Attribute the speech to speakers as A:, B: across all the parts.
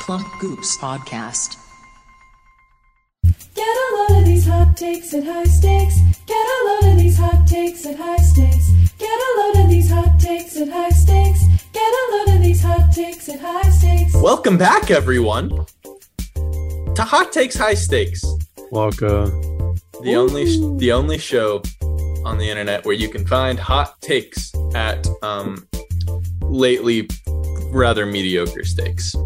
A: Plump Goops Podcast.
B: Get a load of these hot takes at high stakes. Get a load of these hot takes at high stakes. Get a load of these hot takes at high stakes. Get a load of these hot takes at high stakes.
C: Welcome back, everyone, to Hot Takes High Stakes,
D: Waka.
C: the only the only show on the internet where you can find hot takes at um, lately rather mediocre stakes.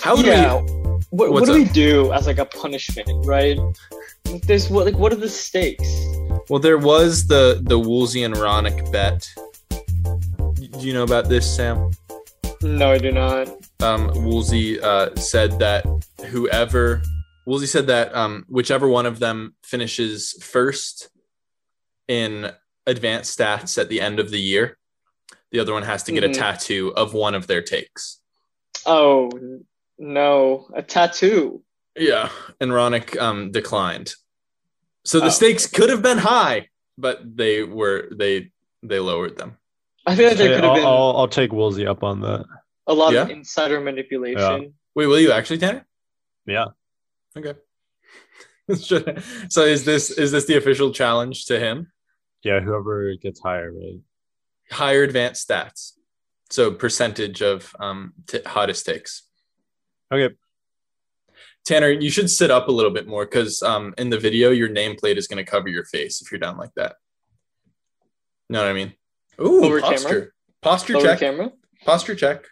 C: How would
E: yeah.
C: we?
E: What, what
C: Oh, What's
E: do
C: up?
E: we do as like a punishment, right? There's what like what are the stakes?
C: Well, there was the the Woolsey and Ronick bet. Do you know about this, Sam?
E: No, I do not.
C: um, Woolsey uh, said that whoever Woolsey said that um, whichever one of them finishes first in advanced stats at the end of the year, the other one has to get
E: Mhm.
C: a tattoo of one of their takes.
E: Oh n- no, a tattoo.
C: Yeah, and Ronick um, declined. So the
E: Oh.
C: stakes could have been high, but they were they they lowered them.
E: I feel like there
D: Hey,
E: could
D: I'll,
E: have been
D: I'll, I'll take Woolsey up on that.
E: a lot of
C: yeah.
E: insider manipulation.
C: Wait, will you actually, Tanner?
D: Yeah.
C: Okay. Should- so is this is this the official challenge to him?
D: Yeah, whoever gets higher, right?
C: higher advanced stats. So percentage of um, t- hottest takes.
D: Okay.
C: Tanner, you should sit up a little bit more because um, in the video, your nameplate is going to cover your face if you're down like that. Know what I mean? Ooh,
E: Over camera?
C: posture. Posture
E: Lower
C: check.
E: camera.
C: Posture check.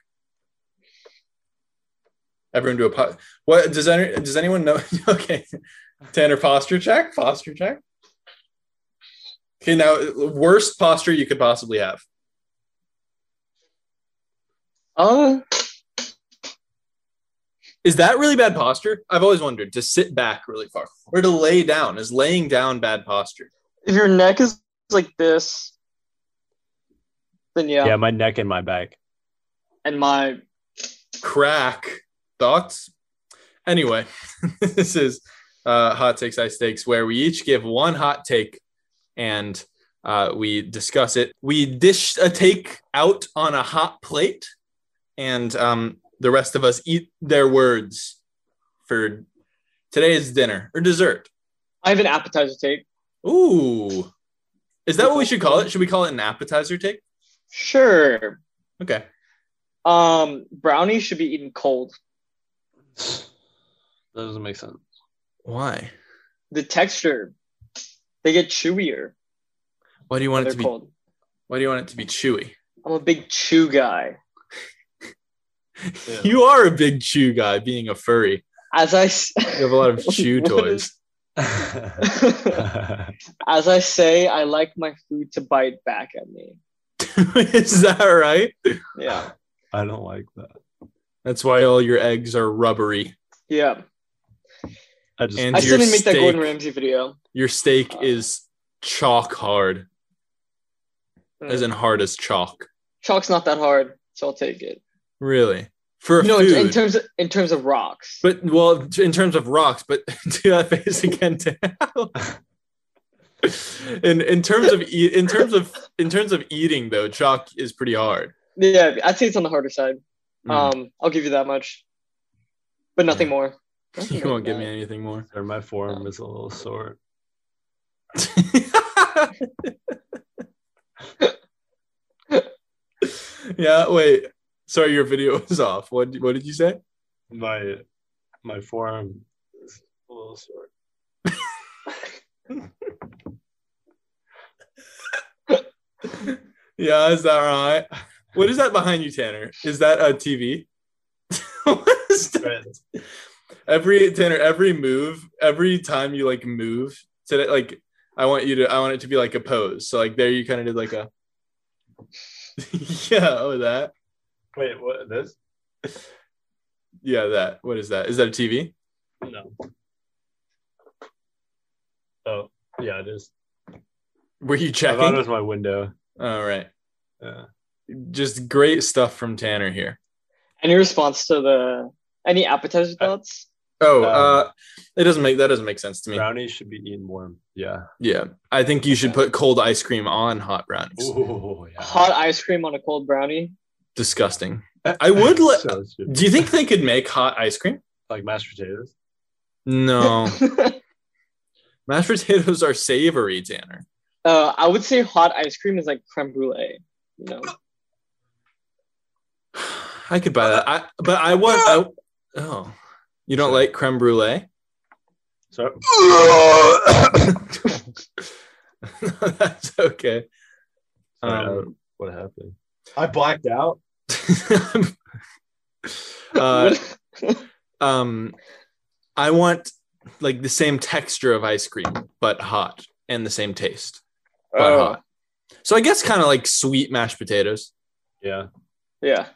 C: Everyone do a po- what does any, does anyone know? okay, Tanner, posture check. Posture check. Okay, now worst posture you could possibly have.
E: Uh,
C: Is that really bad posture? I've always wondered to sit back really far or to lay down. Is laying down bad posture?
E: if your neck is like this, then yeah.
D: Yeah. my neck and my back.
E: And my
C: Crack thoughts. Anyway, this is uh, hot takes, ice takes, where we each give one hot take and uh, we discuss it. We dish a take out on a hot plate, and um, the rest of us eat their words for today's dinner or dessert.
E: I have an appetizer tape.
C: Ooh, is that what we should call it? Should we call it an appetizer take?
E: Sure.
C: Okay.
E: Um, brownies should be eaten cold.
D: That doesn't make sense.
C: Why?
E: The texture, they get chewier.
C: Why do you want it
E: They're
C: to be?
E: cold.
C: Why do you want it to be chewy?
E: I'm a big chew guy.
C: You are a big chew guy, being a furry.
E: As I s-
C: You have a lot of chew
E: What
C: toys.
E: as I say, I like my food to bite back at me.
C: Is that right?
E: Yeah,
D: I don't like that.
C: That's why all your eggs are rubbery.
E: yeah.
D: I just
C: And
E: I still
C: your
E: didn't make that Gordon
C: steak.
E: Ramsay video.
C: Your steak is chalk hard,
E: Mm.
C: as in hard as chalk.
E: Chalk's not that hard, so I'll take it.
C: Really, for
E: No,
C: food.
E: in, in terms of in terms of rocks.
C: but well, in terms of rocks, but do that face again. Dale. in in terms of e- in terms of in terms of eating though, chalk is pretty hard.
E: yeah, I'd say it's on the harder side.
C: Mm.
E: Um, I'll give you that much, but nothing
C: Mm.
E: more.
C: you
E: Nothing
C: won't
E: like
C: give me
E: that.
C: anything more.
D: or my forearm is a little sore.
C: yeah, wait. Sorry, your video was off. What what did you say?
D: My my forearm is a little sore.
C: Yeah, is that right? What is that behind you, Tanner? Is that a TV? What is that?
D: Right.
C: every Tanner, every move, every time you like move today, like I want you to, I want it to be like a pose. So like there, you kind of did like a, yeah, oh that,
D: Wait, what this?
C: yeah that. What is that? Is that a TV?
D: No. Oh, yeah, it is.
C: Were you
D: I thought it
C: checking?
D: was my window.
C: All right,
D: Yeah.
C: just great stuff from Tanner here.
E: Any response to the any appetizer thoughts?
C: Oh,
D: Um,
C: uh, it doesn't make that doesn't make sense to me.
D: Brownies should be eaten warm. Yeah.
C: Yeah, I think you should put cold ice cream on hot brownies.
D: Ooh, yeah.
E: Hot ice cream on a cold brownie.
C: Disgusting. I would let.
F: So it's just
C: Do you think they could make hot ice cream?
F: like mashed potatoes.
C: No,
E: Uh,
C: mashed potatoes are savory, Tanner.
E: uh, I would say hot ice cream is like creme brulee. You know,
C: I could buy that. I, but I want. I, oh, you don't like creme brulee?
E: Um,
F: So
C: That's okay.
F: Sorry,
C: Um,
F: um, what happened?
G: I blacked out.
C: uh, um, I want like the same texture of ice cream, but hot, and the same taste, but
E: Oh,
C: hot. So I guess kind of like sweet mashed potatoes.
F: Yeah,
E: yeah,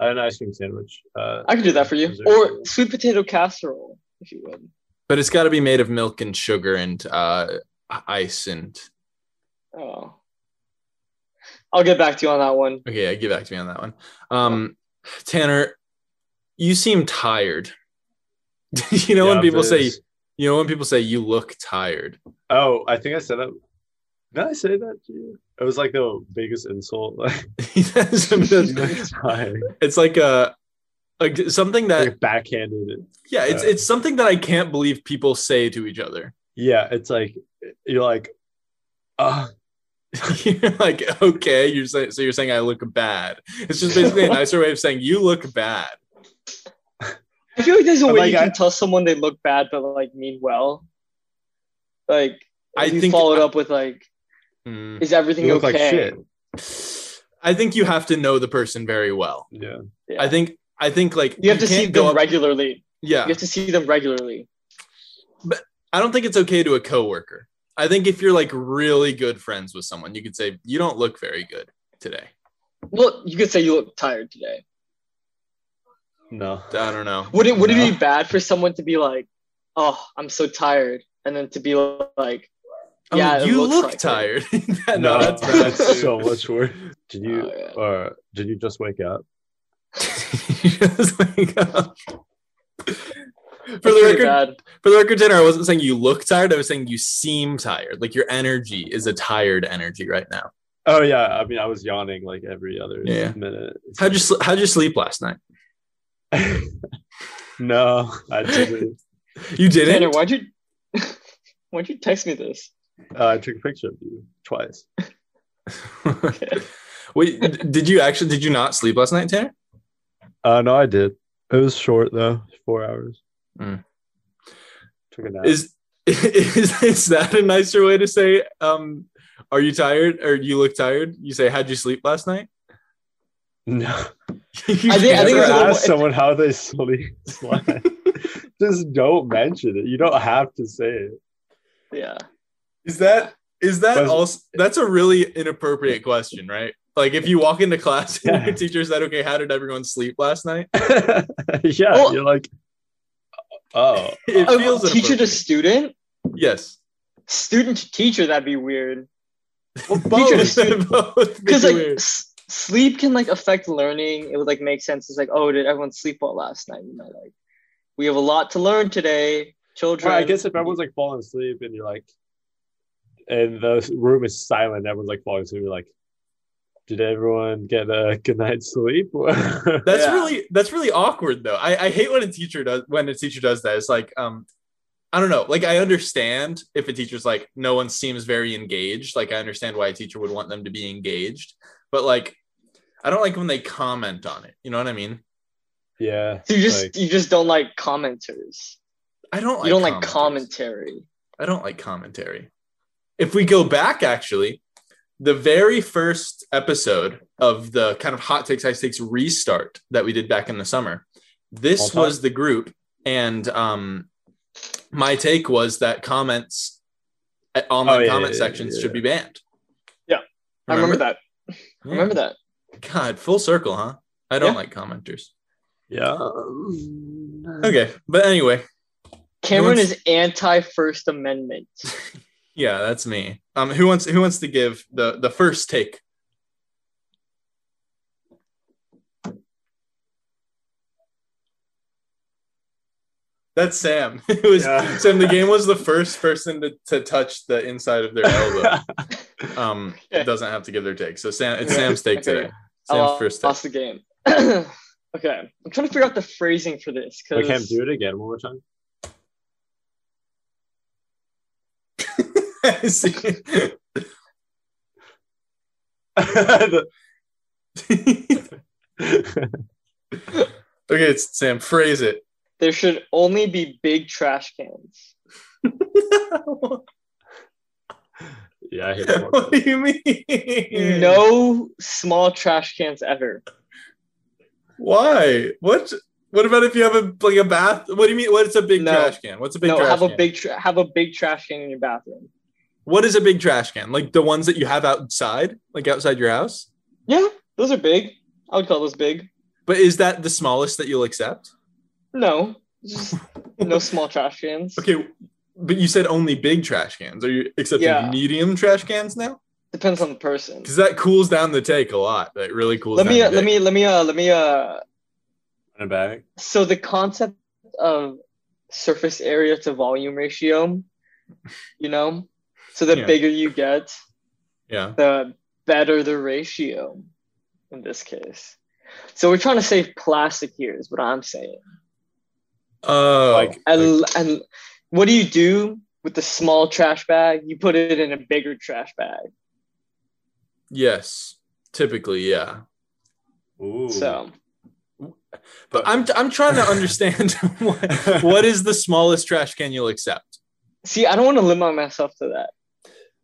F: I had an ice cream sandwich. Uh,
E: I could do that for you.
F: Dessert.
E: Or sweet potato casserole, if you would.
C: But it's got to be made of milk and sugar and uh, ice and
E: Oh, I'll get back to you on that one.
C: okay. Yeah, get back to me on that one. Um, Tanner, you seem tired. you know
F: yeah,
C: when people say
F: there's-
C: you know when people say you look tired.
F: "Oh, I think I said that." Did I say that to you? It was like the biggest insult. Like,
C: That's- that's-
F: like
C: it's like a like something that
F: backhanded.
C: yeah it's
F: uh,
C: it's something that I can't believe people say to each other.
F: Yeah, it's like you're like, ah,
C: you're like okay you're saying so you're saying I look bad. It's just basically a nicer way of saying you look bad.
E: I feel like there's a
F: But,
E: way
F: like,
E: you
F: I-
E: can tell someone they look bad but like mean well. Like if
C: I
E: you
C: think-
E: follow it up with like,
C: Mm.
E: is everything
F: you look
E: okay?
F: like shit.
C: I think you have to know the person very well.
F: Yeah,
E: Yeah.
C: I think I think like
E: you have to see
C: can't go
E: them
C: up-
E: regularly.
C: yeah.
E: You have to see them regularly.
C: I don't think it's okay to a coworker. I think if you're like really good friends with someone, you could say you don't look very good today.
E: Well, you could say you look tired today.
F: no.
C: I don't know.
E: Would it would it
F: No.
E: be bad for someone to be like, "Oh, I'm so tired," and then to be like,
C: Oh,
E: Yeah, it
C: you
E: looks
C: look
E: like it.
C: tired. no,
F: no,
C: that's bad.
F: that's so much worse. Did you
E: Oh, yeah.
F: or did you just wake up?
C: Just like, uh, For
E: "That's
C: the
E: pretty
C: record,
E: bad."
C: for the record, dinner. I wasn't saying you look tired. I was saying you seem tired. Like your energy is a tired energy right now.
F: Oh yeah, I mean I was yawning like every other
C: Yeah.
F: minute. It's
C: How'd you sl- How'd you sleep last night?
F: like- no, I didn't.
C: You
E: Tanner,
C: didn't.
E: why'd you why'd you text me this?
F: Uh, I took a picture of you twice.
C: Wait, d- did you actually? Did you not sleep last night, Tanner?
F: Uh, no, I did. It was short though, four hours.
E: Hmm.
C: Mm.
F: Took a nap.
C: Is is is that a nicer way to say? Um, are you tired or you look tired? You say, "How'd you sleep last night?"
F: no,
C: You
E: I think- I
F: I
E: think
F: think
E: it's a little-
F: ask someone how they sleep. It's like, Just don't mention it. You don't have to say it.
E: Yeah.
C: Is that is that
F: Was-
C: also that's a really inappropriate question, right? Like if you walk into class and
F: Yeah.
C: your teacher said, "Okay, how did everyone sleep last night?"
F: yeah,
E: Well-
F: you're like, oh,
C: It
E: Oh,
C: feels
E: teacher to
C: inappropriate.
E: student,
C: yes,
E: student to teacher. That'd be weird. Teacher to
C: both
E: student.
C: both be
E: because like
C: weird.
E: s- sleep can like affect learning it would like make sense it's like oh did everyone sleep well last night you know like we have a lot to learn today children
F: Well, I guess if everyone's like falling asleep and you're like, and the room is silent, everyone's like falling asleep. You're like, did everyone get a good night's sleep?
C: That's
E: Yeah.
C: really that's really awkward though. I, I hate when a teacher does when a teacher does that. It's like um I don't know. Like I understand if a teacher's like no one seems very engaged. Like I understand why a teacher would want them to be engaged, but like I don't like when they comment on it. You know what I mean?
F: yeah.
E: you just
F: like-
E: you just don't like commenters
C: I don't like
E: you don't like
C: commenters.
E: commentary
C: I don't like commentary. If we go back actually, the very first episode of the kind of hot takes, ice takes restart that we did back in the summer,
F: All
C: this
F: time.
C: was the group. And um, my take was that comments, uh,
E: Oh,
C: online
F: yeah,
C: comment
F: yeah,
C: sections
F: yeah.
C: should be banned.
E: Yeah. i remember that
C: Yeah.
E: i remember that
C: God, full circle, huh? I don't
E: Yeah.
C: like commenters.
F: Yeah. Oh,
C: Okay. But anyway,
E: cameron
C: wants-
E: is anti first amendment
C: yeah, that's me. Um, who wants who wants to give the the first take? That's Sam. It was
F: Yeah.
C: Sam. The game was the first person to, to touch the inside of their elbow. Um,
E: Okay.
C: doesn't have to give their take. So Sam, it's
E: Yeah.
C: Sam's take
E: Okay.
C: today.
E: I
C: Sam's
E: lo-
C: first take.
E: lost the game okay, I'm trying to figure out the phrasing for this
D: Like
E: because
D: him, do it again one more time.
C: See? okay, it's Sam. Phrase it.
E: there should only be big trash cans.
D: yeah, I hate that one.
C: what do you mean?
E: No small trash cans ever.
C: Why? What? What about if you have a like a bath? What do you mean? What's a big
E: No.
C: trash can? What's a big
E: no,
C: trash
E: have
C: can?
E: a big tra- have a big trash can in your bathroom.
C: what is a big trash can? Like the ones that you have outside, like outside your house?
E: Yeah, those are big. I would call those big.
C: But is that the smallest that you'll accept?
E: No, just no small trash cans.
C: Okay, but you said only big trash cans. Are you accepting
E: Yeah.
C: medium trash cans now?
E: Depends on the person.
C: Because that cools down the take a lot. That really cools
E: Let
C: down
E: me,
C: the
E: uh, let
C: take.
E: me, let me, uh, let me, uh,
D: Run it back.
E: so the concept of surface area to volume ratio, you know, so the
C: Yeah.
E: bigger you get,
C: Yeah.
E: the better the ratio in this case. So we're trying to save plastic here, is what I'm saying.
C: Oh.
D: Like,
E: And, and what do you do with the small trash bag? You put it in a bigger trash bag.
C: yes. Typically, yeah.
D: ooh.
E: So
C: But I'm I'm trying to understand what, what is the smallest trash can you'll accept.
E: see, I don't want to limit myself to that.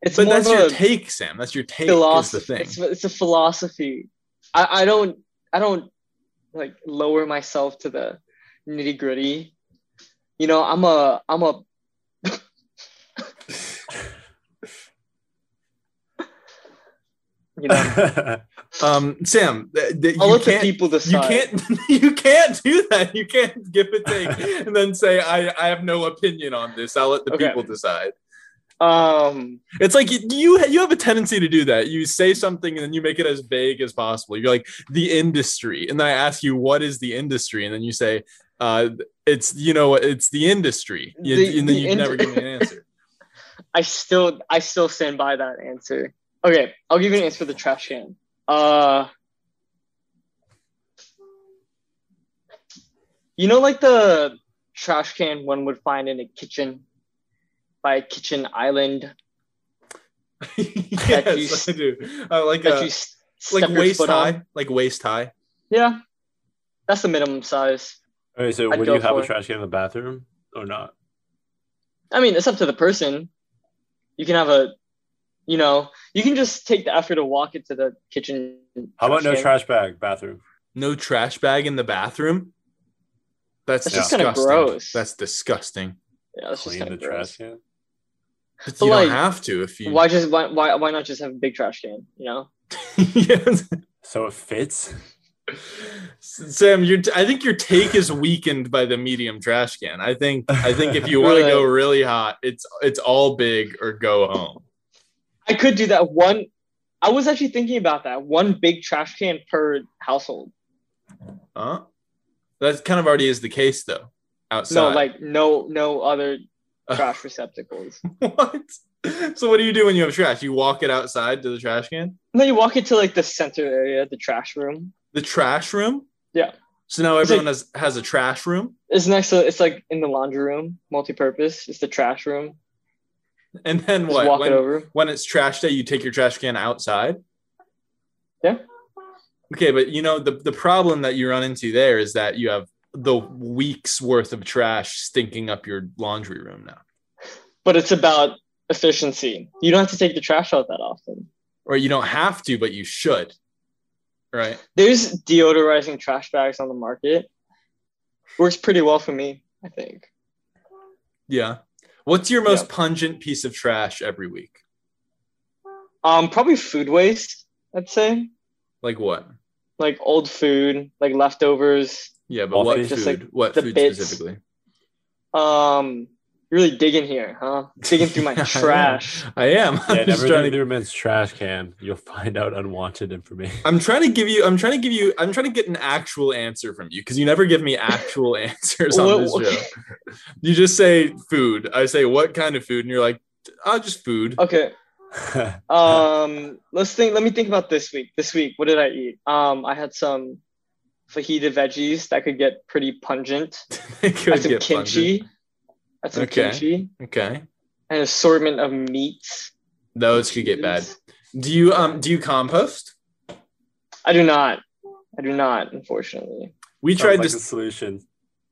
E: It's
C: but
E: more
C: that's
E: of
C: your
E: a
C: take, Sam. That's your take. Is the
E: philosophy.
C: thing.
E: It's, it's a philosophy. I, I don't I don't like lower myself to the nitty gritty. You know, I'm a I'm a you know
C: Um, Sam, th- th-
E: I'll
C: you
E: let the
C: can't
E: people
C: you
E: decide.
C: can't you can't do that. You can't give a take and then say I I have no opinion on this. I'll let the
E: Okay.
C: people decide.
E: um
C: It's like you- you you have a tendency to do that. You say something and then you make it as vague as possible. You're like the industry, and then I ask you what is the industry, and then you say uh, it's you know it's the industry, You-
E: The-
C: and then
E: the
C: you
E: ind-
C: never give me an answer.
E: I still I still stand by that answer. Okay, I'll give you an answer for the trash can. Uh You know like the trash can one would find in a kitchen by a kitchen island That you
C: yes,
E: s-
C: I do. Uh, like
E: that
C: uh,
E: you s- step
C: like
E: your
C: waist
E: foot
C: high,
E: on.
C: like waist high.
E: Yeah. That's the minimum size.
D: Okay, so
E: I'd
D: would
E: go
D: you have
E: for
D: a
E: it.
D: trash can in the bathroom or not?
E: I mean, it's up to the person. You can have a you know, you can just take the effort to walk it to the kitchen.
D: How about no
E: can.
D: trash bag bathroom?
C: No trash bag in the bathroom. That's,
E: That's just
C: disgusting.
E: kinda gross.
C: That's disgusting.
E: Yeah, it's just
D: Clean
E: kind
D: the
E: of gross.
D: trash can.
C: But
E: But
C: you
E: like,
C: don't have to if you.
E: why just why, why why not just have a big trash can you know
C: Yes.
D: So it fits.
C: Sam, your t- I think your take is weakened by the medium trash can. I think I think if you want to
E: Right.
C: go really hot, it's it's all big or go home.
E: i could do that one i was actually thinking about that one big trash can per household
C: Huh? That kind of already is the case though.
E: no
C: Outside,
E: like no no other trash receptacles
C: what? So what do you do when you have trash? You walk it outside to the trash can,
E: no you walk into like the center area the trash room
C: the trash room.
E: Yeah.
C: So now
E: It's
C: everyone has has a trash room,
E: it's next to it's like in the laundry room multi-purpose it's the trash room
C: and then
E: just
C: what?
E: walk
C: when,
E: it over
C: when it's trash day, you take your trash can outside.
E: Yeah.
C: Okay, but you know the the problem that you run into there is that you have the week's worth of trash stinking up your laundry room now.
E: but it's about efficiency you don't have to take the trash out that often
C: Or you don't have to, but you should. Right?
E: there's deodorizing trash bags on the market works pretty well for me i think
C: Yeah. What's your most
E: Yeah.
C: pungent piece of trash every week?
E: Um, probably food waste. I'd say
C: Like what?
E: like old food, like leftovers.
C: Yeah, but
D: All
C: what
D: things.
C: food?
E: Just like
C: what
E: the
C: food
E: bits.
C: specifically?
E: Um, really digging here, huh? Digging through my
C: Yeah, I am.
E: trash.
C: I am.
D: Yeah,
C: I'm just
D: never
C: trying
D: do
C: to
D: their men's trash can. You'll find out unwanted information.
C: I'm trying to give you. I'm trying to give you. I'm trying to get an actual answer from you because you never give me actual answers on
E: What-
C: this
E: what-
C: show. You just say food. I say what kind of food, and you're like, ah, just food.
E: Okay. Um, let's think. Let me think about this week. This week, what did I eat? Um, I had some fajita veggies that could get pretty pungent.
C: It
E: I
C: could
E: had some
C: get
E: kimchi. I had some
C: Okay.
E: kimchi.
C: pungent. Okay.
E: An assortment of meats.
C: Those could get bad. Do you um do you compost?
E: I do not. I do not, unfortunately.
C: We
D: Sounds
C: tried
D: like
C: this
D: a solution.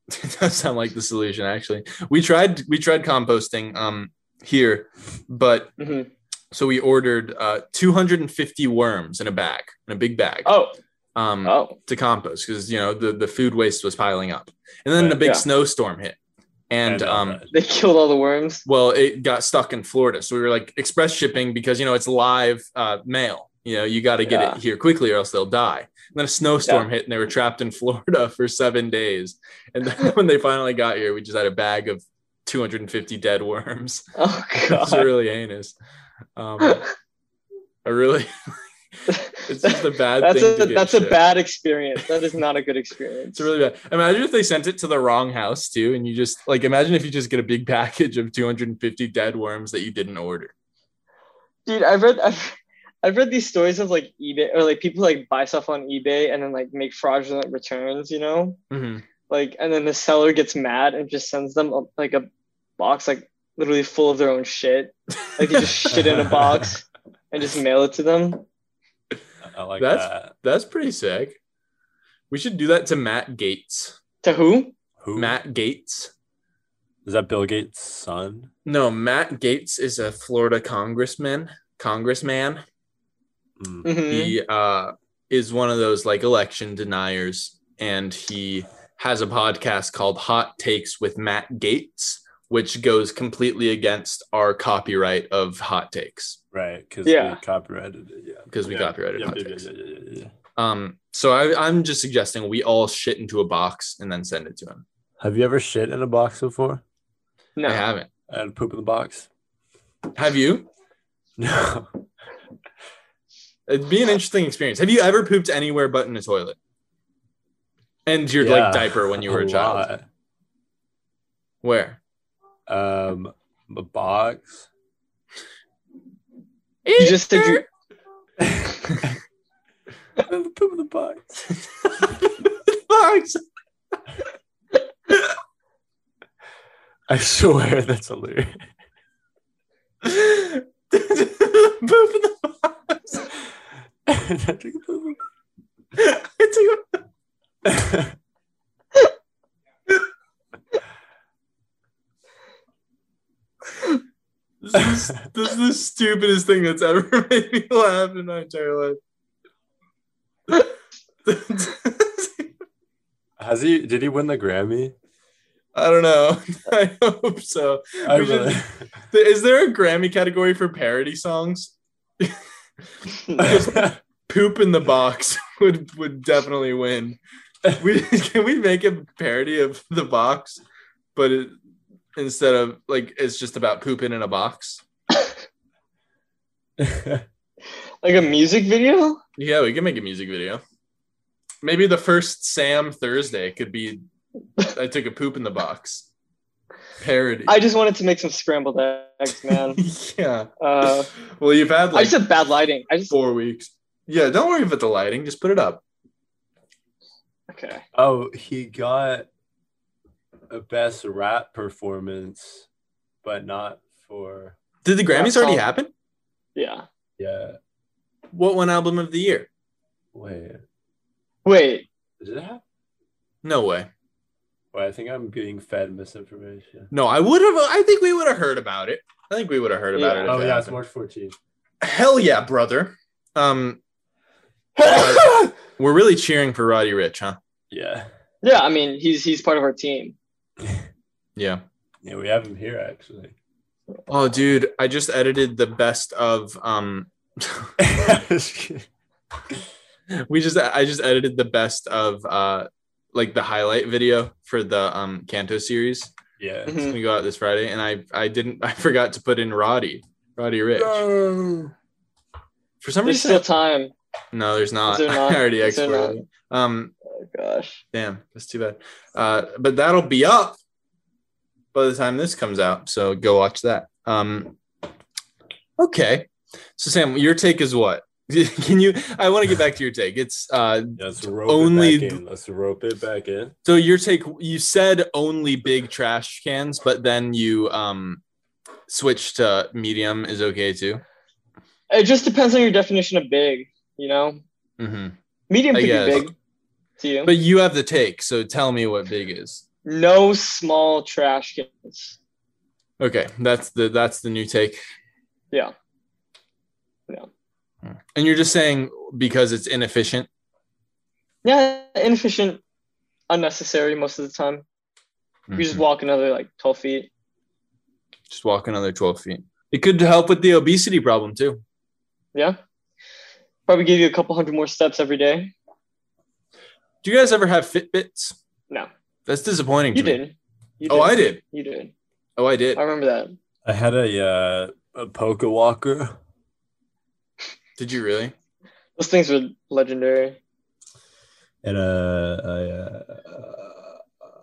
C: It does sound like the solution actually we tried we tried composting um here but
E: hmm
C: so we ordered uh 250 worms in a bag in a big bag
E: Oh,
C: um
E: oh,
C: to compost because you know the the food waste was piling up and then the big
E: Yeah.
C: snowstorm hit and
D: uh,
C: um
E: they killed all the worms.
C: well it got stuck in florida so we were like express shipping because you know it's live uh mail you know you got to get
E: Yeah.
C: it here quickly or else they'll die and then a snowstorm hit and they were trapped in florida for seven days and then when they finally got here we just had a bag of 250 dead worms
E: Oh
C: it's
E: god.
C: really heinous um i really it's just a bad
E: that's
C: thing
E: a
C: to get
E: that's a
C: shipped.
E: bad experience. That is not a good experience.
C: It's really bad. Imagine if they sent it to the wrong house too, and you just like imagine if you just get a big package of 250 dead worms that you didn't order.
E: Dude, I've read I've, I've read these stories of like eBay or like people like buy stuff on eBay and then like make fraudulent returns, you know?
C: Mhm.
E: Like and then the seller gets mad and just sends them a, like a box like literally full of their own shit. Like they just shit in a box and just mail it to them.
D: I like
C: That's-
D: that.
C: That's pretty sick. We should do that to Matt Gates.
E: To who?
D: Who
C: Matt Gates.
D: is that? Bill Gates' son?
C: No, Matt Gates is a Florida congressman. Congressman.
D: Mm.
E: Mhm.
C: He uh, is one of those like election deniers, and he has a podcast called Hot Takes with Matt Gates, which goes completely against our copyright of hot takes
D: Right, because
E: Yeah.
D: we copyrighted it. Yeah,
C: because we
D: Yeah.
C: copyrighted
D: Yep,
C: hot
D: yep,
C: takes.
D: yeah, yeah, yeah, yeah.
C: Um, so I, I'm just suggesting we all shit into a box and then send it to him.
D: Have you ever shit in a box before?
E: No.
C: I haven't.
D: I had poop in the box.
C: Have you?
D: No,
C: It'd be an interesting experience. Have you ever pooped anywhere but in a toilet? And your
D: Yeah,
C: like diaper when you were a, child. Where?
D: lot. Um, a box.
E: You just said you
D: I had poop in the box.
C: Box.
D: I swear that's hilarious.
C: Poop in the box.
D: I took a poop in
C: It's a-
D: the-
C: this, is, this is the stupidest thing that's ever made me laugh in my entire life.
D: Has he? Did he win the Grammy?
C: I don't know. I hope so.
D: I
C: We should-
D: really.
C: Th- Is there a Grammy category for parody songs? Poop in the box would would definitely win. We can we make a parody of the box, but it, instead of like it's just about pooping in a box.
E: like a music video?
C: Yeah, we can make a music video. Maybe the first Sam Thursday could be I took a poop in the box parody.
E: I just wanted to make some scrambled eggs, man.
C: yeah.
E: Uh,
C: well, you've had
E: I
C: like
E: just have bad lighting. I just
C: four weeks. Yeah, don't worry about the lighting. Just put it up.
E: okay.
D: oh, he got a best rap performance, but not for
C: Did the Grammys already
E: Tom.
C: happen?
E: Yeah.
D: yeah.
C: What one album of the year?
D: Wait,
E: Wait.
D: did it happen?
C: No way.
D: Wait, I think I'm being fed misinformation.
C: No, I would have. I think we would have heard about it. I think we would have heard about
E: Yeah.
C: it. if
D: Oh
C: it
D: yeah, it's
C: happened.
D: March 14th.
C: Hell yeah, brother. Um, we're really cheering for Roddy Rich, huh?
D: yeah,
E: Yeah. I mean, he's he's part of our team.
C: Yeah.
D: yeah, we have him here actually.
C: Oh, dude, I just edited the best of. Um, we just I just edited the best of uh, like the highlight video for the um Canto series.
D: yeah.
E: Mhm.
C: It's gonna go out this Friday, and I I didn't I forgot to put in Roddy Roddy Rich. For some
E: There's
C: reason,
E: still time.
C: no, there's not.
E: Is there not?
C: I already
E: Is there
C: exported. it. Um,
E: Oh gosh.
C: damn, that's too bad. Uh, but that'll be up by the time this comes out. So go watch that. Um, okay. So Sam, your take is what? Can you? I want to get back to your take. It's uh,
F: Let's rope
C: Only-
F: it back in. Let's rope it back in.
C: so your take. You said only big trash cans, but then you um switched to medium is okay too.
E: It just depends on your definition of big, you know?
C: hmm
E: Medium
C: I
E: could
C: guess.
E: be big to you.
C: But you have the take, so tell me what big is.
E: no small trash cans.
C: Okay, that's the that's the new take.
E: Yeah.
C: And you're just saying because it's inefficient.
E: Yeah, inefficient, unnecessary most of the time. You just
C: Mhm.
E: walk another like 12 feet.
C: Just walk another twelve feet. It could help with the obesity problem too.
E: Yeah. Probably give you a couple hundred more steps every day.
C: Do you guys ever have Fitbits?
E: No.
C: That's disappointing.
E: You
C: to me.
E: didn't. You
C: Oh, I did.
E: You did.
C: Oh, I did.
E: I remember that.
F: I had a uh, a poker walker.
C: Did you really?
E: Those things were legendary.
F: and uh, I, uh, uh,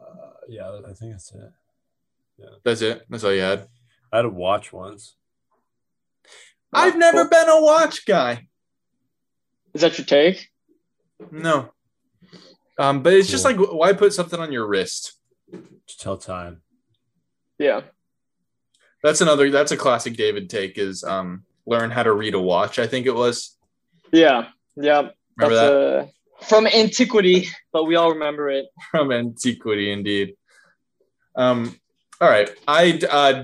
F: yeah, I think that's it.
C: That's it. That's all you had.
F: I had a watch once.
C: I've never been a watch guy.
E: Is that your take?
C: No. Um, but it's just
F: Cool.
C: like why put something on your wrist?
F: Just tell time.
E: Yeah.
C: That's another. That's a classic David take. Is um, learn how to read a watch. I think it was.
E: Yeah. Yeah.
C: Remember that
E: that's uh, from antiquity, but we all remember it.
C: from antiquity, indeed. Um, all right, I uh,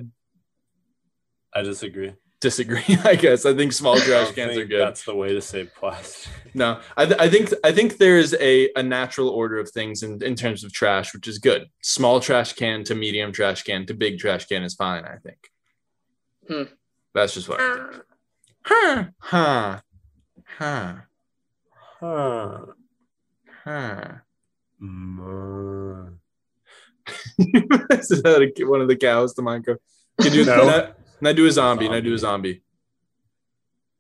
F: I disagree.
C: disagree. I guess I think small
F: I
C: trash
F: don't
C: cans
F: think
C: are good.
F: That's the way to say plastic.
C: No, I, th- I think I think there is a, a natural order of things in, in terms of trash, which is good. Small trash can to medium trash can to big trash can is fine. I think.
E: Hmm.
C: That's just what. I think. Huh. Huh. Huh.
F: Huh.
C: Huh.
F: Mm,
C: this is how to get one of the cows to Minecraft. Can you do
F: No.
C: that? Now do a zombie. Now do a
F: Zombie.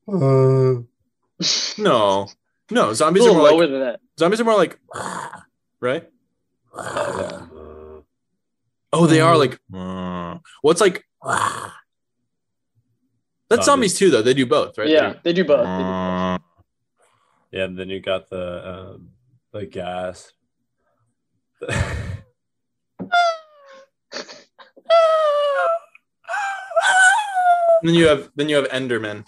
C: zombie.
F: uh,
C: No, no.
E: A
C: Zombies are
E: little
C: more
E: lower
C: like
E: than that.
C: zombies are more like, right?
F: yeah.
C: Oh, they are like.
E: Mm-hmm.
C: What's like? That's zombies too, though. They do both, right?
E: yeah, they do
C: They
E: both. They do both.
C: do-
F: Yeah, and then you got the um, the gas.
C: And then you have then you have Enderman.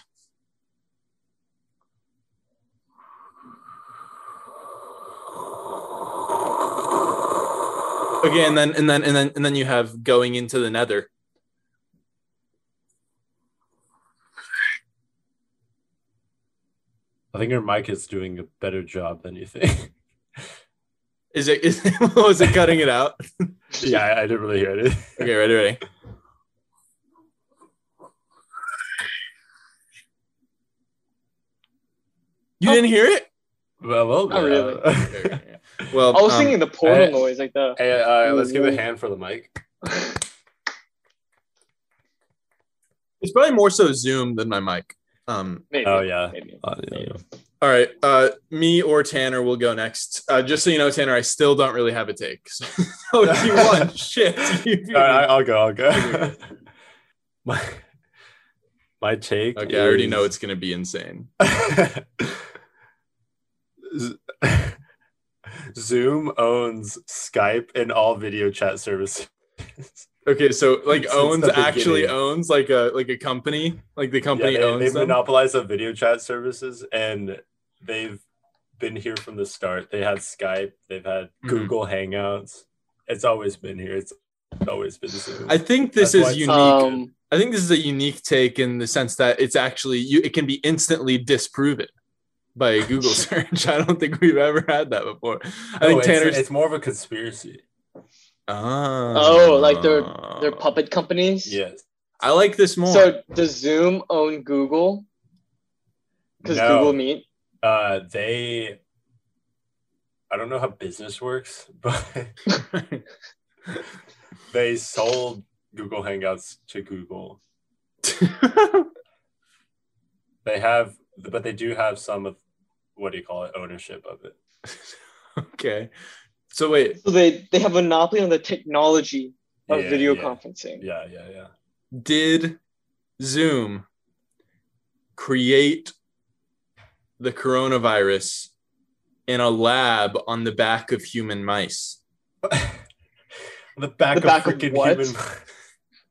C: Okay, and then and then and then and then you have going into the Nether.
F: I think your mic is doing a better job than you think.
C: Is it is was it cutting it out?
F: yeah, I, I didn't really hear it.
C: Okay, ready, ready. You didn't hear it?
F: Well, a little
E: Not
F: bit.
E: really.
F: uh,
C: Well,
E: I was
C: um,
E: thinking the portal
F: I-
E: noise, like the
F: Hey, uh, let's give a hand for the mic.
C: It's probably more so Zoom than my mic. Um,
E: maybe.
F: Oh yeah.
E: Maybe.
F: Uh, yeah.
C: all right, uh, me or Tanner will go next. Uh, just so you know, Tanner, I still don't really have a take. So oh, if you want, shit. you-
F: All right, I- I'll go. I'll go.
C: Okay.
F: my my take.
C: okay, I already
F: is-
C: know it's gonna be insane.
F: Z- Zoom owns Skype and all video chat services.
C: Okay, so like
F: Since the
C: owns actually
F: beginning.
C: owns like a like a company, like the company
F: yeah, they,
C: owns
F: they've
C: them.
F: monopolized the video chat services, and they've been here from the start. They had Skype. They've had
C: Mhm.
F: Google Hangouts. It's always been here. It's always been Zoom.
C: I think this
F: That's why
C: is
F: it's-
C: unique.
E: Um,
C: I think this is a unique take in the sense that it's actually you. It can be instantly disproven by a Google search. I don't think we've ever had that before. I
F: No,
C: think
F: Oh, it's-
C: Tanner's.
F: It's, more of a conspiracy.
C: Oh.
E: Oh, like they're- they're
F: Uh,
E: puppet companies.
F: Yes.
C: I like this more.
E: So does Zoom own Google? Because
F: No.
E: Google Meet.
F: Uh, they. I don't know how business works, but they sold Google Hangouts to Google. They have, but they do have some of what do you call it ownership of it.
C: okay. So wait,
E: So they they have monopoly on the technology of
F: Yeah,
E: video
F: yeah.
E: conferencing.
F: Yeah, yeah, yeah.
C: did Zoom create the coronavirus in a lab on the back of human mice.
F: The back
E: The
F: of
E: back of
F: freaking
E: what?
F: human.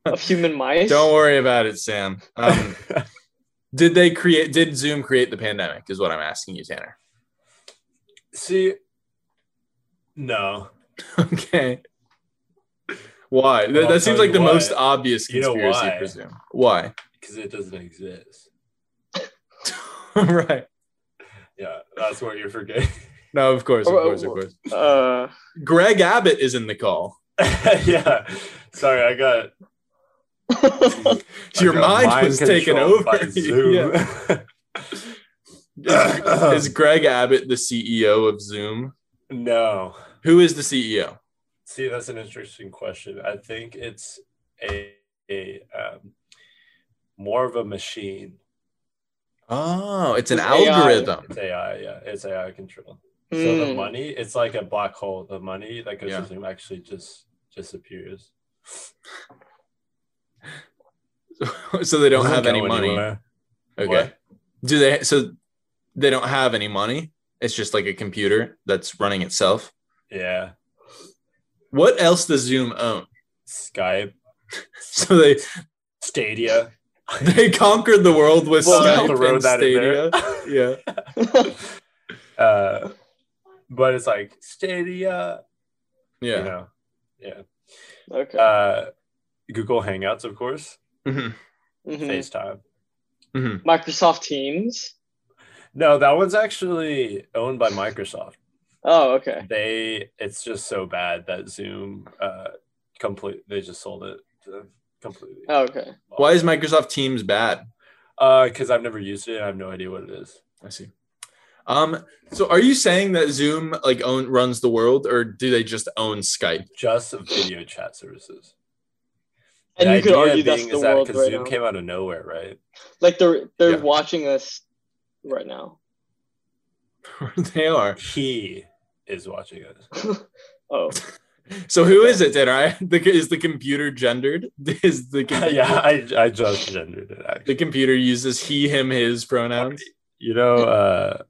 E: of human mice.
C: Don't worry about it, Sam. Um, did they create? Did Zoom create the pandemic? Is what I'm asking you, Tanner.
F: See, no.
C: Okay. Why? That,
F: I'll
C: that seems
F: tell
C: like the
F: you
C: most
F: why.
C: obvious
F: You know
C: conspiracy
F: why.
C: for Zoom. Why?
F: because it doesn't exist.
C: right.
F: Yeah, that's what you're forgetting.
C: No, of course, of
E: Oh,
C: course, of
E: oh.
C: course.
E: Uh,
C: Greg Abbott is in the call.
F: yeah, sorry, I got I
C: Your
F: got
C: mind, was taken
F: controlled
C: over.
F: by Zoom.
C: Yeah. Is, is Greg Abbott the CEO of Zoom?
F: no,
C: Who is the E CEO?
F: see, that's an interesting question. I think it's a, a um, more of a machine.
C: Oh, it's an
E: It's AI.
C: algorithm.
F: It's AI, yeah, it's AI control. So the
E: Mm.
F: money, it's like a black hole. The money that goes
C: Yeah.
F: to Zoom actually just disappears.
C: so they don't
F: Doesn't
C: have any
F: go
C: money.
F: anywhere.
C: Okay.
F: What?
C: Do they? So they don't have any money. It's just like a computer that's running itself.
F: Yeah,
C: What else does Zoom own?
F: Skype,
C: So they
F: Stadia.
C: they conquered the world with
E: Well,
C: Skype
F: the road
C: and
F: that
C: Stadia.
F: in
C: Yeah.
F: there. Uh, but it's like Stadia,
C: Yeah.
F: you know. Yeah.
E: okay.
F: Uh, Google Hangouts, of course.
C: Mhm.
E: Mhm.
F: FaceTime.
E: Microsoft Teams.
F: No, that one's actually owned by Microsoft.
E: Oh, okay.
F: They, it's just so bad that Zoom, uh, complete. They just sold it to them completely.
E: Oh, okay.
C: Why is Microsoft Teams bad?
F: Uh, because I've never used it. and I have no idea what it is.
C: I see. Um. So are you saying that Zoom like own runs the world, or do they just own Skype?
F: Just video chat services.
E: And
F: The
E: you could
F: idea
E: argue that's
F: being
E: the
F: is that-
E: world
F: 'cause
E: right
F: Zoom
E: now.
F: came out of nowhere, right?
E: Like they're they're
C: Yeah.
E: watching us right now.
C: they are.
F: He is watching us.
E: Oh,
C: So who is it, Tanner? I, the, is the computer gendered? Is the com-
F: yeah, I, I just gendered it
C: the
F: actually.
C: computer uses he, him, his pronouns?
F: You know, uh,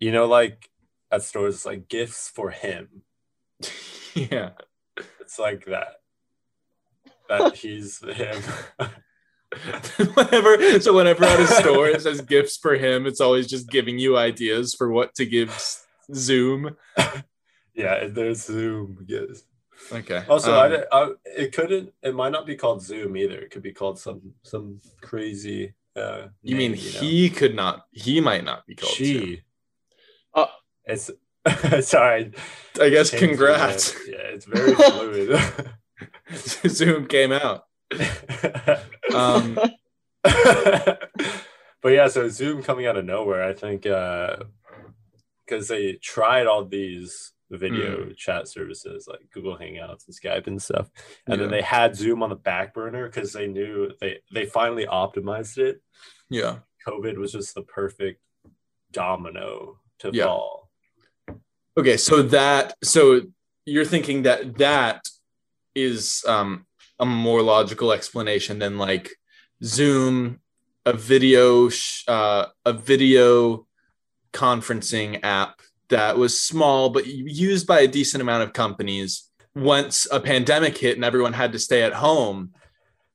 F: you know, like at stores, it's like gifts for him.
C: Yeah.
F: It's like that. That he's the him.
C: whenever so whenever at a store it says gifts for him it's always just giving you ideas for what to give S- zoom
F: yeah, and there's Zoom. Yes.
C: okay
F: Also,
C: Um,
F: I, I, it couldn't. It might not be called Zoom either. It could be called some some crazy. Uh,
C: you mean
F: name, know?
C: he could not he might not be called
F: She.
C: Zoom.
E: Uh,
F: it's sorry.
C: i guess
F: Changed it.
C: congrats
F: Yeah, it's very fluid.
C: zoom came out um
F: but yeah, so Zoom coming out of nowhere, I think, because they tried all these video
C: Hmm.
F: chat services like Google Hangouts and Skype and stuff, and then
C: Yeah.
F: they had Zoom on the back burner because they knew they they finally optimized it.
C: yeah
F: COVID was just the perfect domino to
C: Yeah.
F: fall.
C: okay so that so you're thinking that that is um a more logical explanation than like zoom a video sh- uh, a video conferencing app that was small but used by a decent amount of companies once a pandemic hit and everyone had to stay at home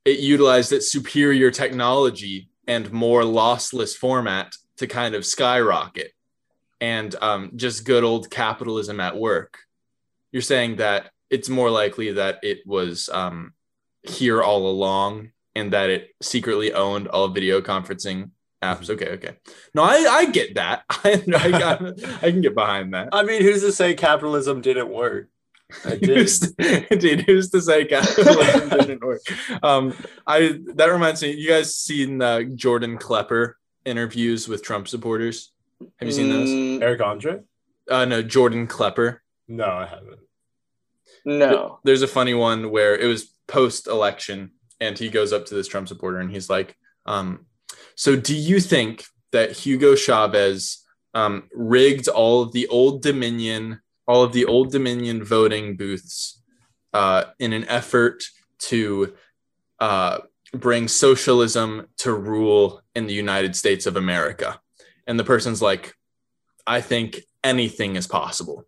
C: it utilized its superior technology and more lossless format to kind of skyrocket and um, just good old capitalism at work. You're saying that it's more likely that it was um, here all along and that it secretly owned all video conferencing apps. Okay, okay. No, I, I get that. I, I, got, I can get behind that.
F: I mean, who's to say capitalism didn't work? It did.
C: Who's to, dude, who's to say capitalism didn't work? Um, I that reminds me. You guys seen uh, Jordan Klepper interviews with Trump supporters? Have you seen those?
E: mm,
F: Eric Andre?
C: Uh, no, Jordan Klepper.
F: No, I haven't.
E: No.
C: there's a funny one where it was post election and he goes up to this Trump supporter and he's like, um, so do you think that Hugo Chavez um, rigged all of the old Dominion, all of the old Dominion voting booths uh, in an effort to uh, bring socialism to rule in the United States of America? And the person's like, I think anything is possible.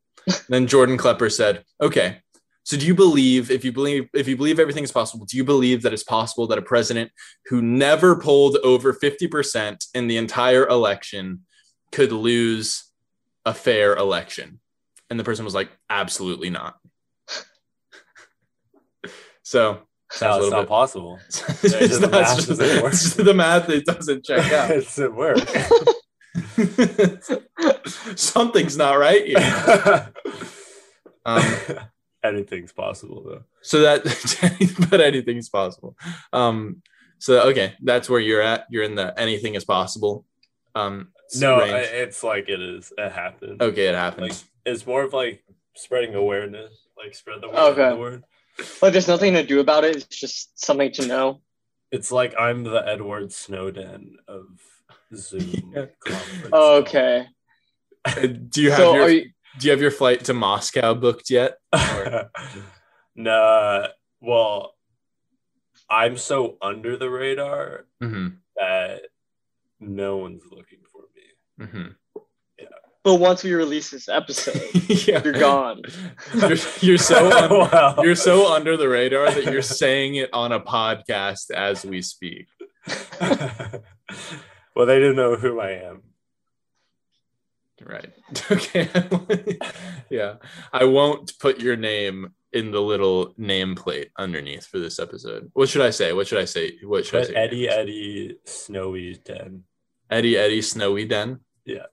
C: then Jordan Klepper said, okay, so do you believe if you believe if you believe everything is possible, do you believe that it's possible that a president who never polled over 50% in the entire election could lose a fair election? And the person was like, absolutely not. so sounds
F: No,
C: a
F: it's
C: little
F: not
C: bit
F: possible.
C: it's
F: Yeah, just the
C: not- it's
F: math
C: just-
F: doesn't work.
C: it's just the math it doesn't check out
F: it doesn't work.
C: something's not right here. um,
F: Anything's possible though.
C: so that but anything's possible um so okay that's where you're at you're in the anything is possible um
F: No,
C: range.
F: I- it's like it is. It happened.
C: okay it happens
F: Like it's more of like spreading awareness. Like spread the word.
E: Okay.
F: The word.
E: But there's nothing to do about it. It's just something to know.
F: It's like I'm the Edward Snowden of Zoom.
C: Yeah.
F: conference
E: Okay.
C: Uh, do you have
E: So
C: your
E: are you?
C: do you have your flight to moscow booked yet
F: call. nah. Well, I'm so under the radar
C: mm-hmm.
F: that no one's looking for me.
C: Mm-hmm.
E: But once we release this episode,
C: yeah
E: you're gone.
C: you're, you're so un-
F: Wow.
C: you're so under the radar that you're saying it on a podcast as we speak
F: well, they didn't know who I am.
C: Right. Okay. yeah. I won't put your name in the little nameplate underneath for this episode. What should I say? What should I say? What should I
F: But
C: say?
F: Eddie, Eddie, Snowy Den.
C: Eddie, Eddie, Snowy Den.
F: Yeah.